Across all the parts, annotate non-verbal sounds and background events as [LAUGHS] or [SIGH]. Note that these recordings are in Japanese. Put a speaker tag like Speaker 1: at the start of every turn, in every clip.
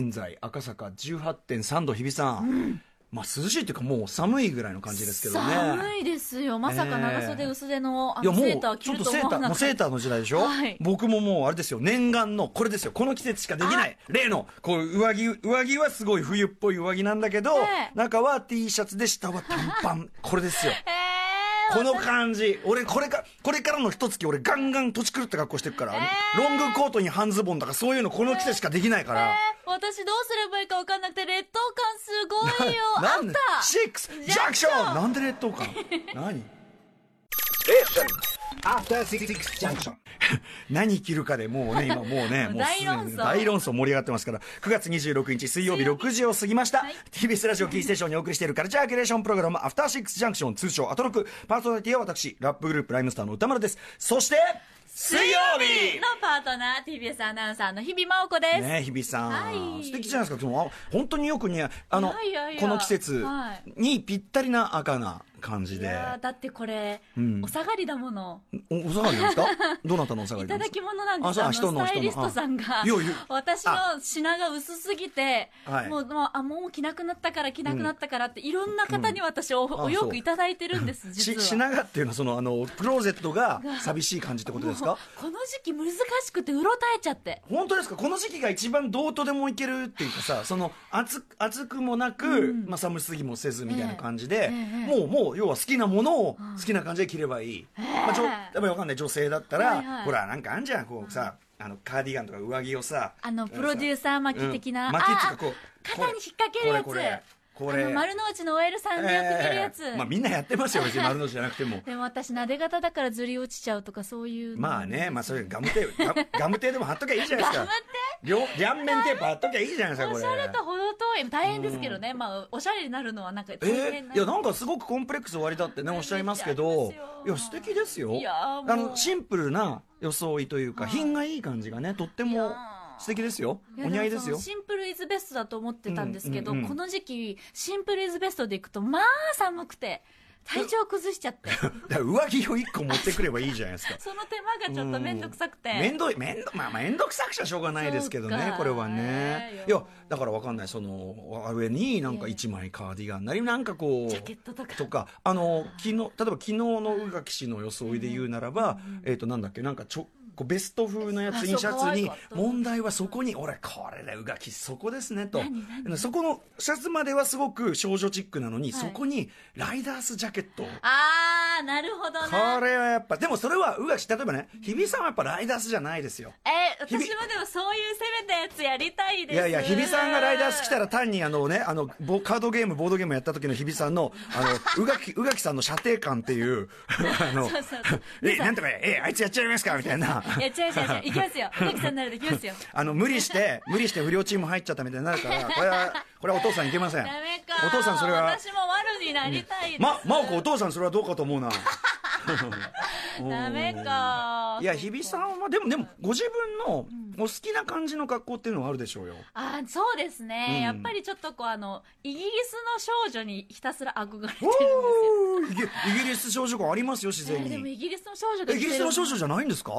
Speaker 1: 現在赤坂18.3度日比さん、まあ涼しいっていうかもう寒いぐらいの感じですけどね
Speaker 2: 寒いですよ。まさか長袖薄手のあのセーター
Speaker 1: ち
Speaker 2: 着
Speaker 1: ょっ
Speaker 2: る
Speaker 1: と
Speaker 2: と
Speaker 1: セ
Speaker 2: 思
Speaker 1: ーター、
Speaker 2: わな
Speaker 1: も
Speaker 2: か
Speaker 1: う
Speaker 2: っ
Speaker 1: セ
Speaker 2: た
Speaker 1: ー。ターの時代でしょ、
Speaker 2: はい
Speaker 1: 僕ももうあれですよ、念願の、これですよ、この季節しかできない、例の、こう上着、上着はすごい冬っぽい上着なんだけど、
Speaker 2: ねえ
Speaker 1: 中は T シャツで下は短パ
Speaker 2: [LAUGHS]
Speaker 1: ン、これですよ。
Speaker 2: えー、
Speaker 1: この感じ、俺これか、これからの一月俺ガンガン土地狂った格好してるから、
Speaker 2: え
Speaker 1: ロングコートに半ズボンだからそういうのこの季節しかできないから。
Speaker 2: 私どうすればいいか分かんなくて劣等感すごいよ
Speaker 1: [LAUGHS]
Speaker 2: あ
Speaker 1: なん
Speaker 2: ん
Speaker 1: で
Speaker 2: た
Speaker 1: シックスジャンクションなんで劣等感何
Speaker 3: After Six Junction.
Speaker 1: [LAUGHS] 何着るかでもう [LAUGHS] ね、今もうね、もうすでに
Speaker 2: 大論争
Speaker 1: 大論争盛り上がってますから、9月26日水曜日
Speaker 2: 水曜日
Speaker 1: 6時を過ぎました
Speaker 2: はい。
Speaker 1: TBS ラジオキーステーションにお送りしているカルチャーキュレーションプログラム、アフターシックスジャンクション、通称アトロク。パーソナリティは私、ラップグループライムスターの歌丸です。そして、水曜日
Speaker 2: のパートナー TBS アナウンサーの日々真央子です、
Speaker 1: ねえ日比さん、
Speaker 2: はい
Speaker 1: 素敵じゃないですかそのあ本当によく似合うあの
Speaker 2: いやいやいや
Speaker 1: この季節
Speaker 2: は
Speaker 1: にぴったりな赤な感じ
Speaker 2: い
Speaker 1: で、
Speaker 2: やーだってこれ、
Speaker 1: ん
Speaker 2: お下がりだもの
Speaker 1: おお下がりなんですかどなたのお下が
Speaker 2: い
Speaker 1: りなんで
Speaker 2: ただ
Speaker 1: すか
Speaker 2: き物なんです
Speaker 1: あ
Speaker 2: あ
Speaker 1: そう
Speaker 2: の
Speaker 1: あ
Speaker 2: スタイリストさんが
Speaker 1: 人のあいやいや
Speaker 2: 私
Speaker 1: あ
Speaker 2: の品が薄すぎて
Speaker 1: はい
Speaker 2: もうもうあもう着なくなったから着なくなったからって、いろんな方に私お,、
Speaker 1: そう
Speaker 2: お洋服いただいてるんです
Speaker 1: し
Speaker 2: 実は
Speaker 1: 品がっていうのはそのあのクローゼットが寂しい感じってことです
Speaker 2: もう
Speaker 1: か
Speaker 2: この時期難しくてうろたえちゃって
Speaker 1: 本当ですかこの時期が一番どうとでもいけるっていうか
Speaker 2: [LAUGHS]
Speaker 1: さその暑暑くもなく、まあ、寒すぎもせずみたいな感じで、
Speaker 2: ええええ
Speaker 1: もうもう要は好きなものを好きな感じで着ればいい、まあ、ちょ
Speaker 2: ええ
Speaker 1: やっぱりわかんない女性だったら、
Speaker 2: はいはい
Speaker 1: ほらなんかあんじゃんこうさ、あのカーディガンとか上着をさ
Speaker 2: あのプロデューサー巻き的な、
Speaker 1: うん巻きっていうか
Speaker 2: あ
Speaker 1: こう
Speaker 2: 肩に引っ掛けるやつ
Speaker 1: これこれこれ
Speaker 2: あの丸の内の OL さんでよく着るやつ、
Speaker 1: ええまあみんなやってますよ別に丸の内じゃなくても
Speaker 2: でも私なで方だからずり落ちちゃうとかそういうの
Speaker 1: まあねまあそれガムテープガムガムテープでも貼っときゃいいじゃないですか両両面テープ貼っときゃいいじゃないですかこれ
Speaker 2: おしゃれとほど遠い大変ですけどね、まあおしゃれになるのはなんか大
Speaker 1: え
Speaker 2: 変
Speaker 1: ー、いやなんかすごくコンプレックス終わりだってねおっしゃいますけどいや
Speaker 2: めっちゃありますよ
Speaker 1: 素敵ですよ
Speaker 2: いやーもう
Speaker 1: あのシンプルな装いというか
Speaker 2: はい
Speaker 1: 品がいい感じがねとって
Speaker 2: いや
Speaker 1: も
Speaker 2: ー
Speaker 1: 素敵ですよ
Speaker 2: いや
Speaker 1: お似合いです
Speaker 2: で
Speaker 1: よ
Speaker 2: もそのシンプルイズベストだと思ってたんですけど、
Speaker 1: うんうんうん
Speaker 2: この時期シンプルイズベストでいくとまあ寒くて体調崩しちゃって
Speaker 1: だから上着を1個持ってくればいいじゃないですか
Speaker 2: [LAUGHS] その手間がちょっと面倒くさくて、
Speaker 1: 面倒い面倒まあ面倒くさくちゃしょうがないですけど
Speaker 2: そう
Speaker 1: ね
Speaker 2: か
Speaker 1: これはね
Speaker 2: よ
Speaker 1: いやだからわかんないその上になんか
Speaker 2: ええ
Speaker 1: 1枚カーディガンなりなんかこう
Speaker 2: ジャケットとか
Speaker 1: とかあの昨日例えば昨日の宇垣氏の装いで言うならば、えっ、となんだっけなんかちょこうベスト風のやつ
Speaker 2: あ
Speaker 1: にシャツに
Speaker 2: そう可愛かった
Speaker 1: 問題はそこに俺これだ宇垣そこですねと
Speaker 2: 何何
Speaker 1: そこのシャツまではすごく少女チックなのに、
Speaker 2: はい
Speaker 1: そこにライダースジャケット
Speaker 2: あーなるほどな
Speaker 1: これはやっぱでもそれは宇垣例えばね日比さんはやっぱライダースじゃないですよ
Speaker 2: え
Speaker 1: 日
Speaker 2: 私
Speaker 1: 々
Speaker 2: もでもそういう攻めたやつやりたいで
Speaker 1: い
Speaker 2: す
Speaker 1: やいや、日比さんがライダース来たら単にあのね、あの、ボカードゲーム、ボードゲームやった時の日比さんの、あの、宇垣、宇垣さんの射程感っていう、 [LAUGHS] あの
Speaker 2: そうそうそう、
Speaker 1: [LAUGHS] え、なんとか、え、あいつやっちゃいますかみたい
Speaker 2: [LAUGHS]
Speaker 1: な。
Speaker 2: いや違う違
Speaker 1: [LAUGHS]
Speaker 2: う違ういきますよ宇きさんならできますよ
Speaker 1: あの、無理して、無理して不良チーム入っちゃったみたいになるから、これ
Speaker 2: [LAUGHS]
Speaker 1: は、これはお父さんいけません。
Speaker 2: ダメか
Speaker 1: お父さんそれは、
Speaker 2: 私も悪になりたいです、
Speaker 1: ま、真央子お父さんそれはどうかと
Speaker 2: [LAUGHS]
Speaker 1: 思うな。
Speaker 2: ダメか
Speaker 1: いや、日比さんは、でも、でも、ご自分の、お好きな感じの格好っていうのはあるでし
Speaker 2: [LAUGHS]
Speaker 1: ょうよ。
Speaker 2: あーそうですね、
Speaker 1: うん
Speaker 2: やっぱりちょっとこうあのイギリスの少女にひたすら憧れてるんですよ
Speaker 1: おーイギイギリス少女感あり
Speaker 2: [LAUGHS]
Speaker 1: ますよ、自
Speaker 2: え
Speaker 1: 然
Speaker 2: ーでも
Speaker 1: に。
Speaker 2: イギリスの少女が
Speaker 1: イギリスの少女じゃないんですか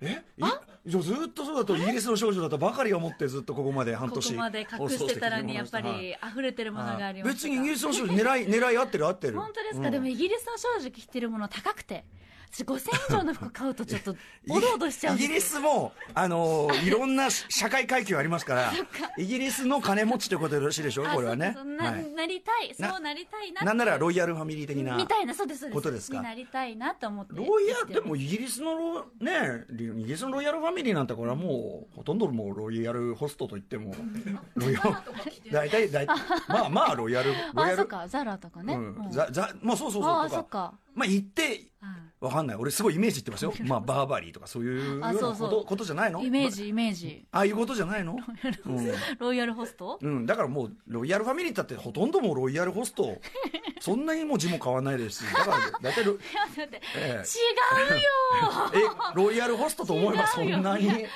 Speaker 1: ええじゃあずっとそうだとイギリスの少女だとばかり思ってずっとここまで半
Speaker 2: こ
Speaker 1: 年
Speaker 2: こまで隠してたのにやっぱり溢れてるものがあります
Speaker 1: 別にイギリスの少女狙い [LAUGHS] 狙い合ってる合ってる
Speaker 2: 本当ですか、でもイギリスの少女着てるもの高くて私5000以上の服買う
Speaker 1: [LAUGHS]
Speaker 2: とちょっとおどおどしちゃうん
Speaker 1: イ
Speaker 2: です
Speaker 1: ギリ
Speaker 2: よ
Speaker 1: スもあの
Speaker 2: [LAUGHS]
Speaker 1: ーいろんな社会階級ありますからイギリスの金持ちということでよろしいでしょう
Speaker 2: あ
Speaker 1: これはね
Speaker 2: そうそうな,、
Speaker 1: はい
Speaker 2: なりたい
Speaker 1: な
Speaker 2: そうなりたいなって
Speaker 1: なんならロイヤルファミリー的な
Speaker 2: みたいなそうですそうです
Speaker 1: ことですか
Speaker 2: になりたいなと思って
Speaker 1: ロイヤ
Speaker 2: 生
Speaker 1: ル
Speaker 2: き
Speaker 1: で
Speaker 2: てる
Speaker 1: もイギリスのロねイギリスのロイヤルファミリーなんてこれはもうほとんどもうロイヤルホストといってもロイヤル大体大体まあまあロイヤルロイ
Speaker 2: [LAUGHS] あ
Speaker 1: ヤ
Speaker 2: そっ
Speaker 1: ル
Speaker 2: かザラとかね、
Speaker 1: うん
Speaker 2: もう
Speaker 1: ざざまあそうそう
Speaker 2: あ
Speaker 1: そう
Speaker 2: あそ
Speaker 1: と
Speaker 2: っ
Speaker 1: か
Speaker 2: か
Speaker 1: まあ言って
Speaker 2: うん
Speaker 1: わかんない俺すごいイメージ言ってます
Speaker 2: [LAUGHS]
Speaker 1: よまあバーバリーとかそういうような
Speaker 2: あ
Speaker 1: こ
Speaker 2: そうそう
Speaker 1: とことじゃないの
Speaker 2: イメージイメージ
Speaker 1: ああいうことじゃない
Speaker 2: [LAUGHS]
Speaker 1: のうん
Speaker 2: ロイヤルホスト [LAUGHS]
Speaker 1: うん、だからもう、ロイヤルファミリーだってほとんどもうロイヤルホスト、そんなにもう字も変わらないですし、だから、だいたいロ、
Speaker 2: いやだって違う
Speaker 1: ええ [LAUGHS]
Speaker 2: よ
Speaker 1: え、ロイヤルホストと思えばそんなに。
Speaker 2: 思い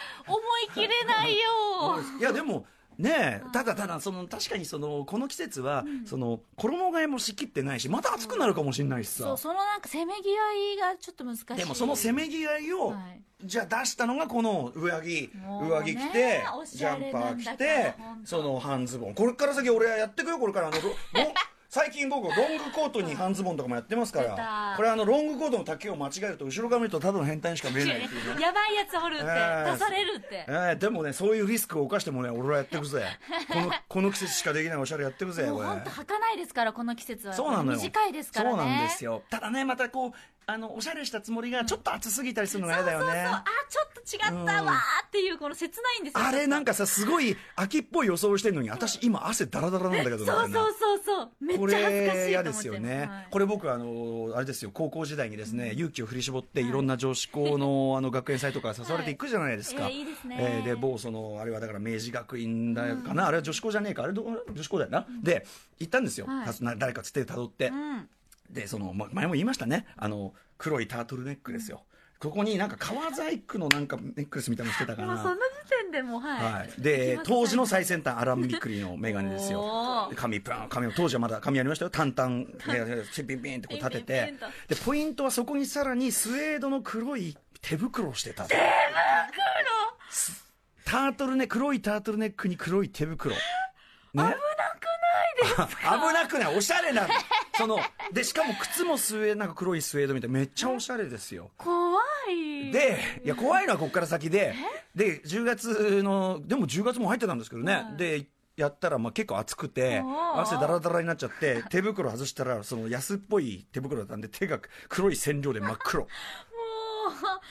Speaker 2: 切れないよ
Speaker 1: いやでもねえただただその確かにそのこの季節は、その衣替えもしきってないしまた暑くなるかもしれないし
Speaker 2: そ
Speaker 1: さ
Speaker 2: う、そのなんかせめぎ合いがちょっと難しい。
Speaker 1: でもそのせめぎ合いを、
Speaker 2: はい
Speaker 1: じゃあ出したのがこの上着
Speaker 2: もうね
Speaker 1: 上着着て
Speaker 2: おし
Speaker 1: ジ
Speaker 2: ゃ
Speaker 1: ャ
Speaker 2: れ
Speaker 1: ンパ
Speaker 2: な
Speaker 1: ー
Speaker 2: んだ
Speaker 1: 着
Speaker 2: から
Speaker 1: て
Speaker 2: ほんと
Speaker 1: その半ズボンこれから先俺はやってくよこれからあのロ [LAUGHS] ロ最近僕ロングコートに半ズボンとかもやってますか
Speaker 2: 出た
Speaker 1: らこれあのロングコートの丈を間違えると後ろから見るとただの変態にしか見えないっていうね
Speaker 2: [LAUGHS] やばいやつおるって、
Speaker 1: え
Speaker 2: 出
Speaker 1: ー
Speaker 2: されるって
Speaker 1: え。ーでもねそういうリスクを冒してもね俺はやってくぜこのこの季節しかできないおしゃれやってくぜ
Speaker 2: もう
Speaker 1: これ
Speaker 2: 本当かないですからこの季節は
Speaker 1: そうなのよ
Speaker 2: 短いですからね
Speaker 1: そうなんです
Speaker 2: よ
Speaker 1: よただねまたこうあのおしゃれしたつもりがちょっと暑すぎたりするのが嫌だよね
Speaker 2: あちょっと違ったわーっていうこの切ないんですよ
Speaker 1: あれなん
Speaker 2: か
Speaker 1: かさすごい秋っぽい予想をしてるのに私今汗だらだらなんだけどみ
Speaker 2: そ
Speaker 1: た
Speaker 2: う
Speaker 1: いな
Speaker 2: そうそうそうめっ
Speaker 1: こ
Speaker 2: ちゃ恥ずかし
Speaker 1: れ
Speaker 2: いと
Speaker 1: 嫌
Speaker 2: 思
Speaker 1: で
Speaker 2: っ
Speaker 1: す
Speaker 2: て
Speaker 1: よね、
Speaker 2: はい
Speaker 1: これ僕あのあれですよ高校時代にですね、勇気を振り絞っていろんな女子校のあの学園祭とか誘われていくじゃないですか、
Speaker 2: はいえーいいですね
Speaker 1: えーで某そのあれはだから明治学院大学かな、あれは女子校じゃねえかあれど女子校だよな、で行ったんですよ、
Speaker 2: はい
Speaker 1: たすな誰かつってたどって、
Speaker 2: うん
Speaker 1: でその、ま、前も言いましたねあの黒いタートルネックですよ、ここになんか革細工のなんかネックレスみたいなのしてたか
Speaker 2: もう
Speaker 1: ら
Speaker 2: その時点でもうはい、
Speaker 1: はい、で当時の最先端アラン・ビックリの眼鏡です
Speaker 2: お
Speaker 1: よ
Speaker 2: ー
Speaker 1: で髪プラン髪を当時はまだ髪ありましたよ淡々でピンピンピンってこう立て
Speaker 2: ピンピ
Speaker 1: て
Speaker 2: ンピ
Speaker 1: で
Speaker 2: ン
Speaker 1: ポイントはそこにさらにスウェードの黒い手袋をしてた手袋タートルネ黒いタートルネックに黒い手袋、ね、危なくないですか [LAUGHS] 危なくないおしゃれなそのでしかも靴もスウェードなんか黒いスウェードみたいなめっちゃおしゃれですよ
Speaker 2: 怖い
Speaker 1: で、いや、怖いのはここから先で、で、10月の、でも10月も入ってたんですけどね、で、やったら、まあ結構暑くて
Speaker 2: お、ー
Speaker 1: 汗だらだらになっちゃって、手袋外したら、その安っぽい手袋だったんで、手が黒い染料で真っ黒。
Speaker 2: も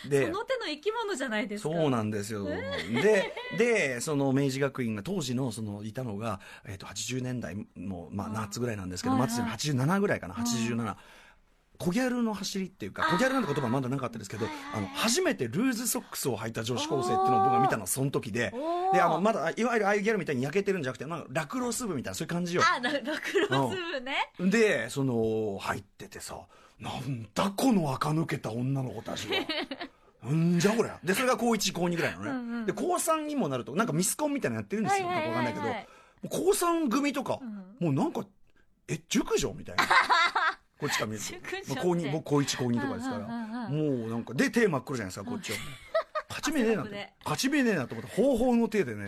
Speaker 2: う
Speaker 1: で
Speaker 2: その手の生き物じゃないですか
Speaker 1: そうなんですよ。で、で、その明治学院が当時の、その、いたのが、えっ、と、80年代の、まあ、夏ぐらいなんですけど、
Speaker 2: はいはい
Speaker 1: 末年87ぐらいかな、87。小ギャルの走りっていうか、小ギャルなんて言葉はまだなかったですけど、あの、初めてルーズソックスを履いた女子高生っていうのを僕が見たのはその時で
Speaker 2: おー、
Speaker 1: で、あの、まだ、いわゆるああいうギャルみたいに焼けてるんじゃなくて、なんか、ラクロス部みたいな、そういう感じよ。
Speaker 2: あララクロス部ね
Speaker 1: でその入っててさなんだこの垢抜けた女の子た
Speaker 2: [LAUGHS]
Speaker 1: ちはうんじゃこりゃでそれが高1高2ぐらいのね
Speaker 2: んうん
Speaker 1: で高3にもなるとなんかミスコンみたいなのやってるんですよ、
Speaker 2: はいはいはいはい
Speaker 1: なんかわかんないけどもう高3組とか、もうなんかえ塾女み
Speaker 2: [LAUGHS]
Speaker 1: たいなこっちから見ると
Speaker 2: 塾女って
Speaker 1: まあ高二僕高1高2とかですから
Speaker 2: うんうん
Speaker 1: もうなんかで手真っ黒じゃないですかこっちは。
Speaker 2: [LAUGHS]
Speaker 1: 勝ち目ねえなと
Speaker 2: 汗だくで
Speaker 1: 勝ち目ねえなと思って方法の手でね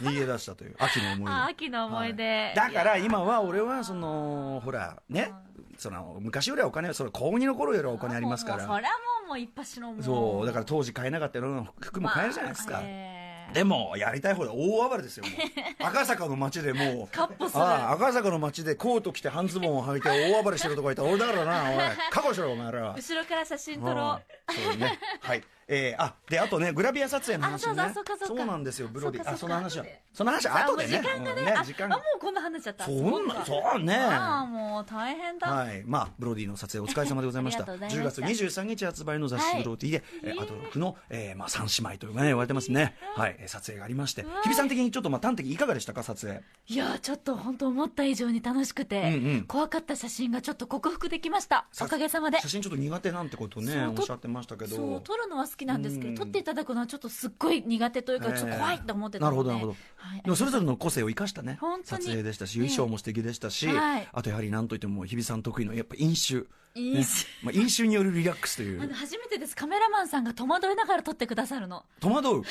Speaker 1: 逃げ出したという秋の思い出
Speaker 2: あ秋の思い出、
Speaker 1: だから今は俺はそのほらねその昔よりはお金その高2の頃よりはお金ありますか
Speaker 2: もうもうそ
Speaker 1: ら
Speaker 2: りゃもうもう一発のも
Speaker 1: そうだから当時買えなかったような服も買えるじゃないです
Speaker 2: まあ
Speaker 1: か
Speaker 2: えー
Speaker 1: でもやりたい方で大暴れですよも
Speaker 2: [LAUGHS]
Speaker 1: う赤坂の街でもう
Speaker 2: かっ歩する
Speaker 1: ああ赤坂の街でコート着て半ズボンを履いて大暴れしてるとこいたら俺だからなおい覚悟しろお前ら
Speaker 2: 後ろから写真撮ろう
Speaker 1: うんそうね。はい。えー、あ、で、あとね、グラビア撮影の話ね。
Speaker 2: あそうだそうかそうか
Speaker 1: なんですよ、ブロディ。
Speaker 2: そう
Speaker 1: あ、
Speaker 2: か
Speaker 1: そ
Speaker 2: そう
Speaker 1: の
Speaker 2: か
Speaker 1: 話は
Speaker 2: 後で。
Speaker 1: その話は後でね。
Speaker 2: あもう時間がね,、
Speaker 1: うん
Speaker 2: あ
Speaker 1: 時間
Speaker 2: あもうこんな話しちゃった
Speaker 1: そんな、そうね。
Speaker 2: ああもう大変だ、
Speaker 1: はい、まあブロディの撮影お疲れ様でございました。
Speaker 2: [LAUGHS] ありがとうございました
Speaker 1: 10月23日発売の雑誌
Speaker 2: はい
Speaker 1: ブロディで、えーアトロックの、えーまあ三姉妹というかね言われてますね。はい、えー撮影がありまして、日比さん的にちょっとまあ端的にいかがでしたか撮影。
Speaker 2: いやーちょっと本当思った以上に楽しくて、
Speaker 1: うんうん
Speaker 2: 怖かった写真がちょっと克服できました
Speaker 1: さ
Speaker 2: おかげさまで
Speaker 1: 写真ちょっと苦手なんてことね
Speaker 2: そう
Speaker 1: おっしゃってましたけど。
Speaker 2: そう撮るのは好きなんですけど、
Speaker 1: うん
Speaker 2: 撮っていただくのはちょっとすっごい苦手というか、ちょっと怖いと思ってた
Speaker 1: な
Speaker 2: ので
Speaker 1: るほどなるほど、
Speaker 2: はい
Speaker 1: でもそれぞれの個性を生かしたね
Speaker 2: 本当に
Speaker 1: 撮影でしたし衣装も素敵でしたし、
Speaker 2: ええはい
Speaker 1: あとやはりなんといっても日比さん得意のやっぱ飲酒
Speaker 2: 飲酒
Speaker 1: ねまあ、飲酒によるリラックスとい
Speaker 2: あの
Speaker 1: う
Speaker 2: 初めてですカメラマンさんが戸惑いながら撮ってくださるの
Speaker 1: 戸惑う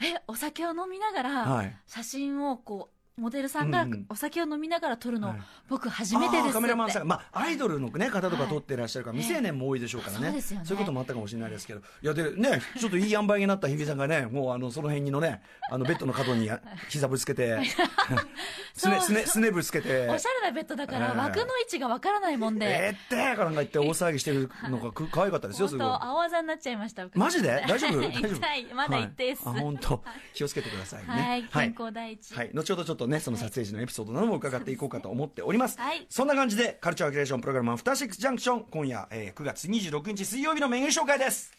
Speaker 2: えお酒を飲みなが
Speaker 1: は
Speaker 2: ら
Speaker 1: い
Speaker 2: 写真をこうモデルさんが
Speaker 1: うんうん
Speaker 2: お酒を飲みながら撮るの、
Speaker 1: はい
Speaker 2: 僕初めて
Speaker 1: あ
Speaker 2: ですっ
Speaker 1: ー
Speaker 2: て
Speaker 1: カメラマンさんが、まあ、アイドルの、ね、方とか
Speaker 2: はい
Speaker 1: 撮ってらっしゃるから、未成年も多いでしょうからね,、
Speaker 2: そうですよね
Speaker 1: いうこともあったかもしれないですけどいやでねちょっといい塩梅になった日比さんがねもうあのその辺にのねあのベッドの角にや膝ぶつけ
Speaker 2: [LAUGHS]
Speaker 1: てすねすねすねぶつけて
Speaker 2: おしゃれなベッドだから
Speaker 1: ええ
Speaker 2: 枠の位置がわからないもんで、
Speaker 1: えー、ってーかなんか言って大騒ぎしてるのがく可愛かったですよす
Speaker 2: 本
Speaker 1: ごい。
Speaker 2: 当青技になっちゃいました
Speaker 1: マジで大丈夫大丈夫
Speaker 2: [LAUGHS] 痛いまだ一定数
Speaker 1: はいあ本当気をつけてくださいね
Speaker 2: はい健康第一
Speaker 1: はい後ほどちょっとねその撮影時のエピソードなども伺っていこうかと思っております
Speaker 2: はい
Speaker 1: そんな感じでカルチャーキュレーションプログラムアフターシックスジャンクション今夜、えー、9月26日水曜日のメニュー紹介です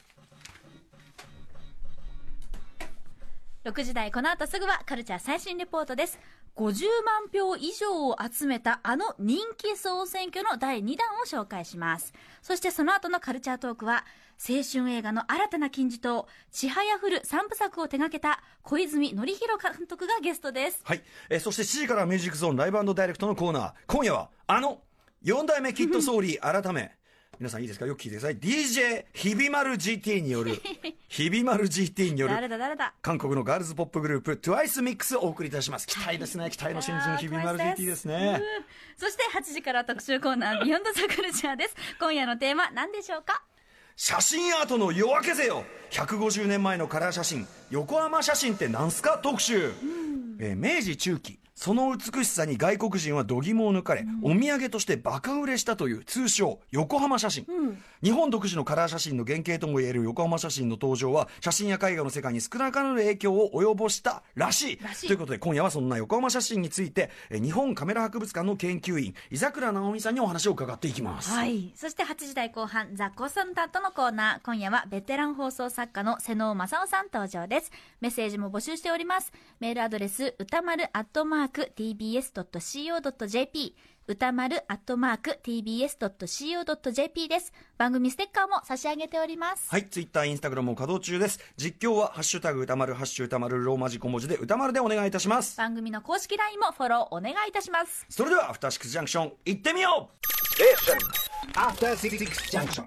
Speaker 2: 6時台この後すぐはカルチャー最新レポートです50万票以上を集めたあの人気総選挙の第2弾を紹介しますそしてその後のカルチャートークは青春映画の新たな金字塔「ちはやふる」3部作を手掛けた小泉紀弘監督がゲストです
Speaker 1: はい、えーそして7時からはミュージックゾーンライブダイレクトのコーナー今夜はあの4代目キッドソーリー改め皆さんいいですかよく聞いてください DJ ひびまる GT によ [LAUGHS] るひびまる GT によ
Speaker 2: 誰
Speaker 1: る
Speaker 2: だ誰だ
Speaker 1: 韓国のガールズポップグループ TWICEMIX をお送りいたします期待ですね期待の新人ひびまる GT ですね
Speaker 2: うんそして8時から特集コーナー「ビヨンドザカルチャーです今夜のテーマ何でしょうか
Speaker 1: 写真アートの夜明けぜよ150年前のカラー写真横浜写真ってなんすか特集、えー明治中期その美しさに外国人は度肝を抜かれ、お土産としてバカ売れしたという通称横浜写真、日本独自のカラー写真の原型ともいえる横浜写真の登場は写真や絵画の世界に少なからぬ影響を及ぼしたらしい
Speaker 2: らしい
Speaker 1: ということで今夜はそんな横浜写真についてえー日本カメラ博物館の研究員井桜直美さんにお話を伺っていきます、
Speaker 2: はい。そして8時台後半、ザ・コンサルタントのコーナー。今夜はベテラン放送作家の瀬能正夫さん登場です。メッセージも募集しております。メールアドレス、歌丸アットマーク tbs.co.jp 歌丸アットマーク tbs.co.jp です。番組ステッカーも差し上げております。
Speaker 1: はい、ツイッター、インスタグラムも稼働中です。実況は、ハッシュタグ歌丸、ハッシュ歌丸、ローマ字小文字で歌丸でお願いいたします。
Speaker 2: 番組の公式 LINE もフォローお願いいたします。
Speaker 1: それでは、アフターシックスジャンクション、行ってみよう
Speaker 3: After Six Junction.